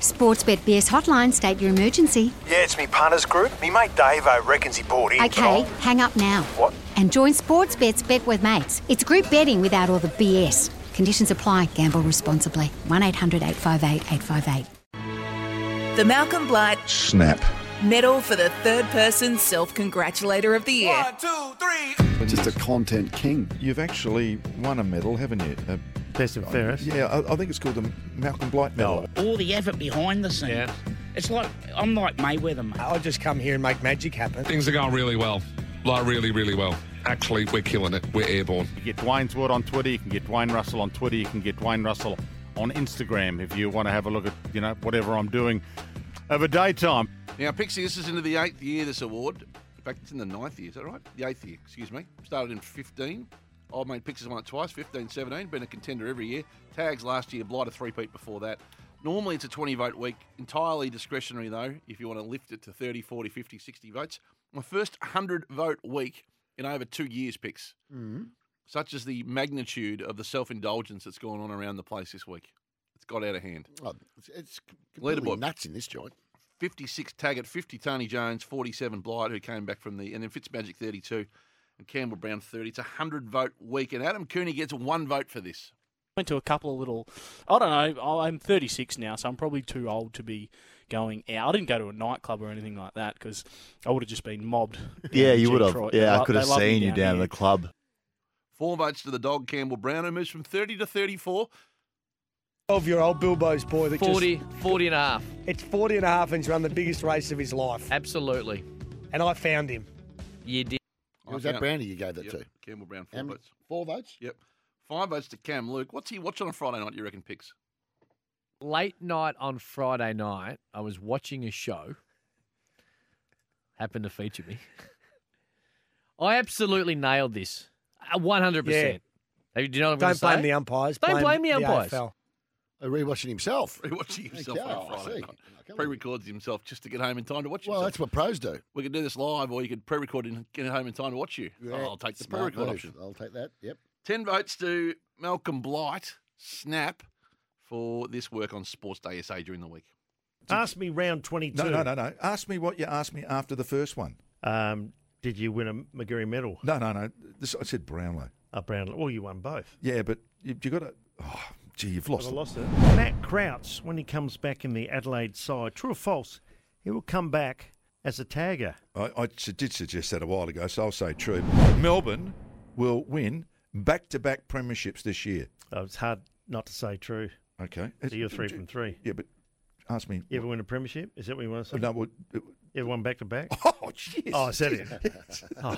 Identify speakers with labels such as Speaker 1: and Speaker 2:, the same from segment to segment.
Speaker 1: Sportsbet BS hotline, state your emergency.
Speaker 2: Yeah, it's me partner's group. Me mate Dave I reckons he bought in.
Speaker 1: Okay,
Speaker 2: but
Speaker 1: hang up now.
Speaker 2: What?
Speaker 1: And join Sportsbet's Bet with Mates. It's group betting without all the BS. Conditions apply. Gamble responsibly. 1 800 858 858.
Speaker 3: The Malcolm Blight
Speaker 4: Snap.
Speaker 3: Medal for the Third Person Self Congratulator of the Year.
Speaker 4: Just a content king. You've actually won a medal, haven't you? Uh,
Speaker 5: Best and fairest.
Speaker 4: yeah, I, I think it's called the Malcolm Blight Medal.
Speaker 6: all the effort behind the scenes. It's like I'm like Mayweather, mate.
Speaker 7: I'll just come here and make magic happen.
Speaker 8: Things are going really well. Like, really, really well. Actually, we're killing it. We're airborne.
Speaker 9: You get Dwayne's Word on Twitter. You can get Dwayne Russell on Twitter. You can get Dwayne Russell on Instagram if you want to have a look at you know whatever I'm doing over daytime.
Speaker 10: Now, Pixie, this is into the eighth year, this award. In fact, it's in the ninth year, is that right? The eighth year, excuse me. Started in 15. I've made Pixie's won it twice, 15, 17. Been a contender every year. Tags last year, Blight a three-peat before that. Normally, it's a 20 vote week. Entirely discretionary, though, if you want to lift it to 30, 40, 50, 60 votes. My first 100 vote week in over two years, Pix. Mm-hmm. Such is the magnitude of the self indulgence that's gone on around the place this week. It's got out of hand.
Speaker 11: Oh, it's- it's completely
Speaker 10: Leaderboard.
Speaker 11: nuts in this joint.
Speaker 10: 56 Taggart, 50 Tony Jones, 47 Blight, who came back from the, and then Fitzmagic 32 and Campbell Brown 30. It's a 100 vote week, and Adam Cooney gets one vote for this.
Speaker 5: went to a couple of little. I don't know. I- I'm 36 now, so I'm probably too old to be going out. I didn't go to a nightclub or anything like that because I would have just been mobbed.
Speaker 12: Yeah,
Speaker 5: down
Speaker 12: you
Speaker 5: in
Speaker 12: would have.
Speaker 5: Detroit. They
Speaker 12: Yeah, I
Speaker 5: lo-
Speaker 12: could have
Speaker 5: they love me
Speaker 12: seen you down in
Speaker 5: here.
Speaker 12: the club.
Speaker 10: Four votes to the dog, Campbell Brown, who moves from 30 to 34.
Speaker 7: 12 year old Bilbo's boy that
Speaker 6: 40, 40 and a half.
Speaker 7: just. It's 40 and a half and he's run the biggest race of his life.
Speaker 6: Absolutely.
Speaker 7: And I found him.
Speaker 6: You did.
Speaker 11: It was
Speaker 10: I
Speaker 11: that
Speaker 10: found-
Speaker 11: brandy you gave that
Speaker 10: Yep,
Speaker 11: to.
Speaker 10: Campbell Brown, four
Speaker 11: How many-
Speaker 10: votes.
Speaker 11: Four votes?
Speaker 10: Yep. Five votes to Cam Luke. What's he watching on Friday night, you reckon, Picks?
Speaker 6: Late night on Friday night, I was watching a show. Happened to feature me. I absolutely nailed this. Uh, 100%.
Speaker 7: Yeah.
Speaker 6: Have you- Do you know what I'm
Speaker 7: Don't blame
Speaker 6: gonna say?
Speaker 7: the umpires.
Speaker 6: Don't blame the umpires.
Speaker 7: AFL.
Speaker 11: Oh, rewatching himself.
Speaker 10: He watching himself
Speaker 11: Okay, Oh,
Speaker 10: on
Speaker 11: I
Speaker 10: Friday
Speaker 11: see.
Speaker 10: night.
Speaker 11: Okay.
Speaker 10: Pre records himself just to get home in time to watch
Speaker 11: Well,
Speaker 10: himself.
Speaker 11: that's what pros do.
Speaker 10: we could do this live, or you could pre record and get home in time to watch you. Oh, I'll take the pre
Speaker 11: Smart
Speaker 10: record
Speaker 11: move.
Speaker 10: option.
Speaker 11: I'll take that. Yep.
Speaker 10: 10 votes to Malcolm Blight, snap, for this work on Sports Day SA during the week.
Speaker 5: Ask me round 22.
Speaker 4: No, no, no, no. Ask me what you asked me after the first one.
Speaker 5: Um, did you win a McGarry medal?
Speaker 4: No, no, no. This, I said Brownlow.
Speaker 5: A Brownlow. Well, you won both.
Speaker 4: Yeah, but you, you got to. Oh, gee, you've lost. it.
Speaker 5: it. Matt Krauts, when he comes back in the Adelaide side, true or false, he will come back as a tagger.
Speaker 4: I, I su- did suggest that a while ago, so I'll say true. Melbourne will win back-to-back premierships this year.
Speaker 5: Oh, it's hard not to say true.
Speaker 4: Okay.
Speaker 5: So you're three from three.
Speaker 4: Yeah, but ask me.
Speaker 5: You ever win a premiership? Is that what you want to say?
Speaker 4: No, well, it-
Speaker 5: You ever won back to back?
Speaker 4: oh, jeez.
Speaker 5: Oh, I said it. Oh,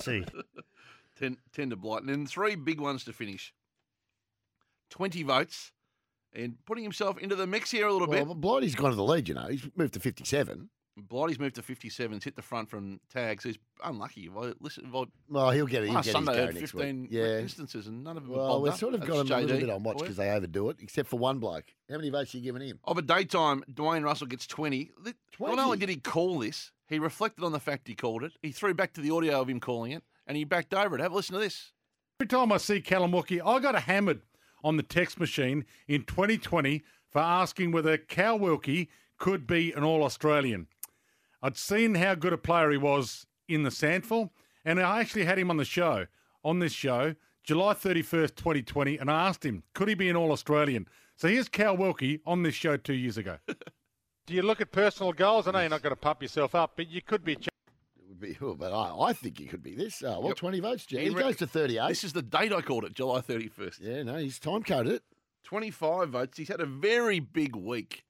Speaker 5: see,
Speaker 10: 10, 10 to Blight. And then three big ones to finish 20 votes and putting himself into the mix here a little
Speaker 11: Well,
Speaker 10: bit.
Speaker 11: Blighty's gone to the lead, you know. He's moved to 57.
Speaker 10: Blighty's moved to 57, he's hit the front from tags. He's unlucky. If I listen, if I,
Speaker 11: Well, he'll get it. He'll
Speaker 10: last
Speaker 11: get
Speaker 10: Sunday
Speaker 11: his go
Speaker 10: had
Speaker 11: next
Speaker 10: 15
Speaker 11: week. Yeah.
Speaker 10: instances and none of them have
Speaker 11: Well,
Speaker 10: bombed
Speaker 11: we've
Speaker 10: up.
Speaker 11: sort of
Speaker 10: That's
Speaker 11: got him a little
Speaker 10: JD
Speaker 11: bit on watch
Speaker 10: for you.
Speaker 11: because they overdo it, except for one bloke. How many votes are you giving him?
Speaker 10: Of a daytime, Dwayne Russell gets 20. Li- Not
Speaker 11: 20?
Speaker 10: only did he call this, he reflected on the fact he called it. He threw back to the audio of him calling it, and he backed over it. Have a listen to this.
Speaker 9: Every time I see Callum Wookie, I got hammered on the text machine in 2020 for asking whether Cal Wilkie could be an All Australian. I'd seen how good a player he was in the Sandful, and I actually had him on the show, on this show, July 31st, 2020, and I asked him, could he be an All Australian? So here's Cal Wilkie on this show two years ago. Do you look at personal goals? I know you're not going to pump yourself up, but you could be.
Speaker 11: It would be, oh, but I, I think he could be this. Uh, well,
Speaker 10: Yep.
Speaker 11: 20 votes, Jay.
Speaker 10: He
Speaker 11: He
Speaker 10: re-
Speaker 11: goes to 38.
Speaker 10: This is the date I called it, July 31st.
Speaker 11: yeah, no, he's time coded it.
Speaker 10: 25 votes. He's had a very big week,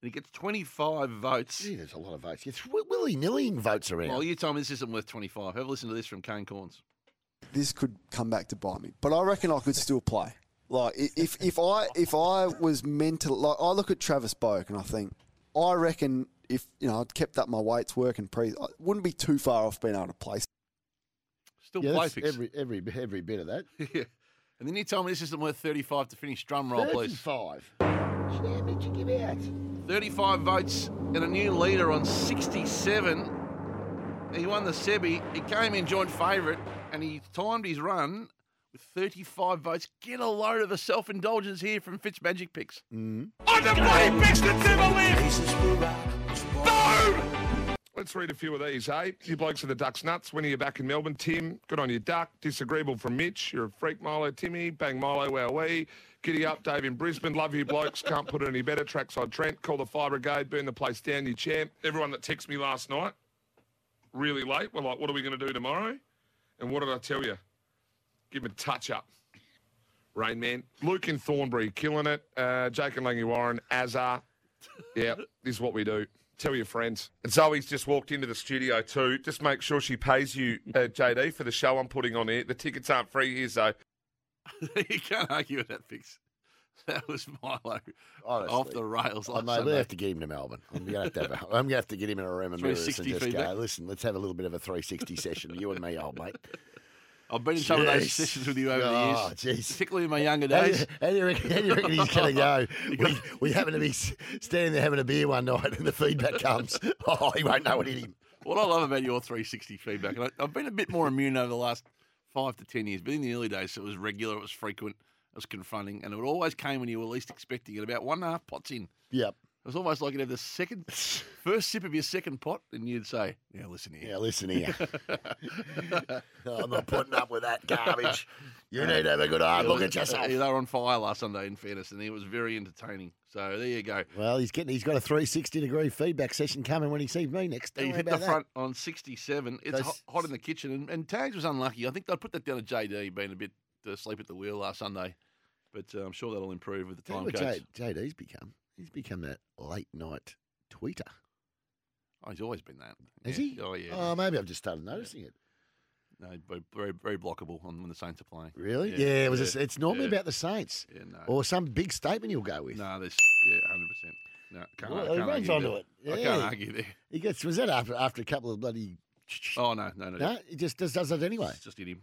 Speaker 10: and he gets 25 votes.
Speaker 11: Gee, there's a lot of votes. It's wi- willy-nillying votes around.
Speaker 10: Well, you tell me this isn't worth 25. Have a listen to this from Kane Corns.
Speaker 9: this could come back to bite me. But I reckon I could still play. Like i- if if I if I was meant to like I look at Travis Boak and I think
Speaker 13: I reckon if you know I'd kept up my weights, working pre, I wouldn't be too far off being able to play.
Speaker 10: Still
Speaker 4: yeah,
Speaker 10: play
Speaker 4: that's
Speaker 10: fix.
Speaker 4: every every every bit of that.
Speaker 10: yeah. And then you tell me this isn't worth 35 to finish drum roll, please.
Speaker 4: 35. Damn it, you give out.
Speaker 10: 35 votes and a new leader on 67. He won the Sebi. He came in joint favourite and he timed his run with 35 votes. Get a load of the self indulgence here from Fitz Magic Picks.
Speaker 4: Mm.
Speaker 10: On the bloody picks that never win!
Speaker 9: Let's read a few of these, eh? You blokes are the Ducks nuts. When are you back in Melbourne? Tim, good on you, Duck. Disagreeable from Mitch. You're a freak, Milo. Timmy, bang, Milo, wow, we. Giddy up, Dave in Brisbane. Love you, blokes. Can't put it any better. Trackside Trent. Call the fire brigade. Burn the place down, you champ. Everyone that texted me last night, really late, were like, what are we going to do tomorrow? And what did I tell you? Give him a touch up. Rain Man. Luke in Thornbury, killing it. Uh, Jake and Langy Warren, Azar. Yeah, this is what we do. Tell your friends. And Zoe's just walked into the studio too. Just make sure she pays you, uh, JD, for the show I'm putting on here. The tickets aren't free here, so
Speaker 10: you can't argue with that fix. That was Milo
Speaker 4: Honestly.
Speaker 10: off the rails
Speaker 4: Oh,
Speaker 10: last
Speaker 4: mate, we
Speaker 10: Sunday.
Speaker 4: have to get him to Melbourne. I'm gonna have to, have a, I'm gonna have to get him in a room and mirror us and
Speaker 10: 360
Speaker 4: just go.
Speaker 10: feedback.
Speaker 4: Listen, let's have a little bit of a 360 session, you and me, old mate.
Speaker 10: I've been in some of those
Speaker 4: Jeez.
Speaker 10: sessions with you over
Speaker 4: Oh,
Speaker 10: the years,
Speaker 4: jeez.
Speaker 10: particularly in my younger
Speaker 4: How do you-
Speaker 10: days.
Speaker 4: How do you reckon, how do you reckon he's going to go? We, we happen to be s- standing there having a beer one night, and the feedback comes. Oh, he won't know what hit him.
Speaker 10: What I love about your 360 feedback, and I, I've been a bit more immune over the last five to 10 years, but in the early days, it was regular, it was frequent, it was confronting, and it always came when you were least expecting it, about one and a half pots in.
Speaker 4: Yep.
Speaker 10: It was almost like you'd have the second, first sip of your second pot, and you'd say, Now listen here.
Speaker 4: Yeah, listen here. Oh, I'm not putting up with that garbage. You need to have a good hard
Speaker 10: Yeah,
Speaker 4: look
Speaker 10: they-
Speaker 4: at yourself.
Speaker 10: They were on fire last Sunday, in fairness, and it was very entertaining. So there you go.
Speaker 4: Well, he's getting. He's got a 360 degree feedback session coming when he sees me next. Don't
Speaker 10: He
Speaker 4: worry
Speaker 10: hit the
Speaker 4: about that.
Speaker 10: front on 67. It's
Speaker 4: Those-
Speaker 10: hot, hot in the kitchen, and, and Tags was unlucky. I think they put that down to JD being a bit asleep at the wheel last Sunday, but uh, I'm sure that'll improve with the
Speaker 4: Tell you
Speaker 10: time
Speaker 4: what
Speaker 10: codes.
Speaker 4: J- JD's become. He's become that late night tweeter.
Speaker 10: Oh, he's always been that.
Speaker 4: Is
Speaker 10: Yeah.
Speaker 4: he?
Speaker 10: Oh, yeah.
Speaker 4: Oh, maybe I've just started noticing it.
Speaker 10: no, very, very, very blockable on when the Saints are playing.
Speaker 4: Really? Yeah, it was. a s it's normally about the Saints or some big statement you'll go with.
Speaker 10: No, there's yeah, 100. percent No, can't,
Speaker 4: Well,
Speaker 10: I can't
Speaker 4: everyone's onto
Speaker 10: argue there.
Speaker 4: it.
Speaker 10: I can't
Speaker 4: Yeah.
Speaker 10: argue there.
Speaker 4: He gets. Was that after after a couple of bloody?
Speaker 10: Oh no, no, no.
Speaker 4: No, he just does, does it anyway.
Speaker 10: Just hit him.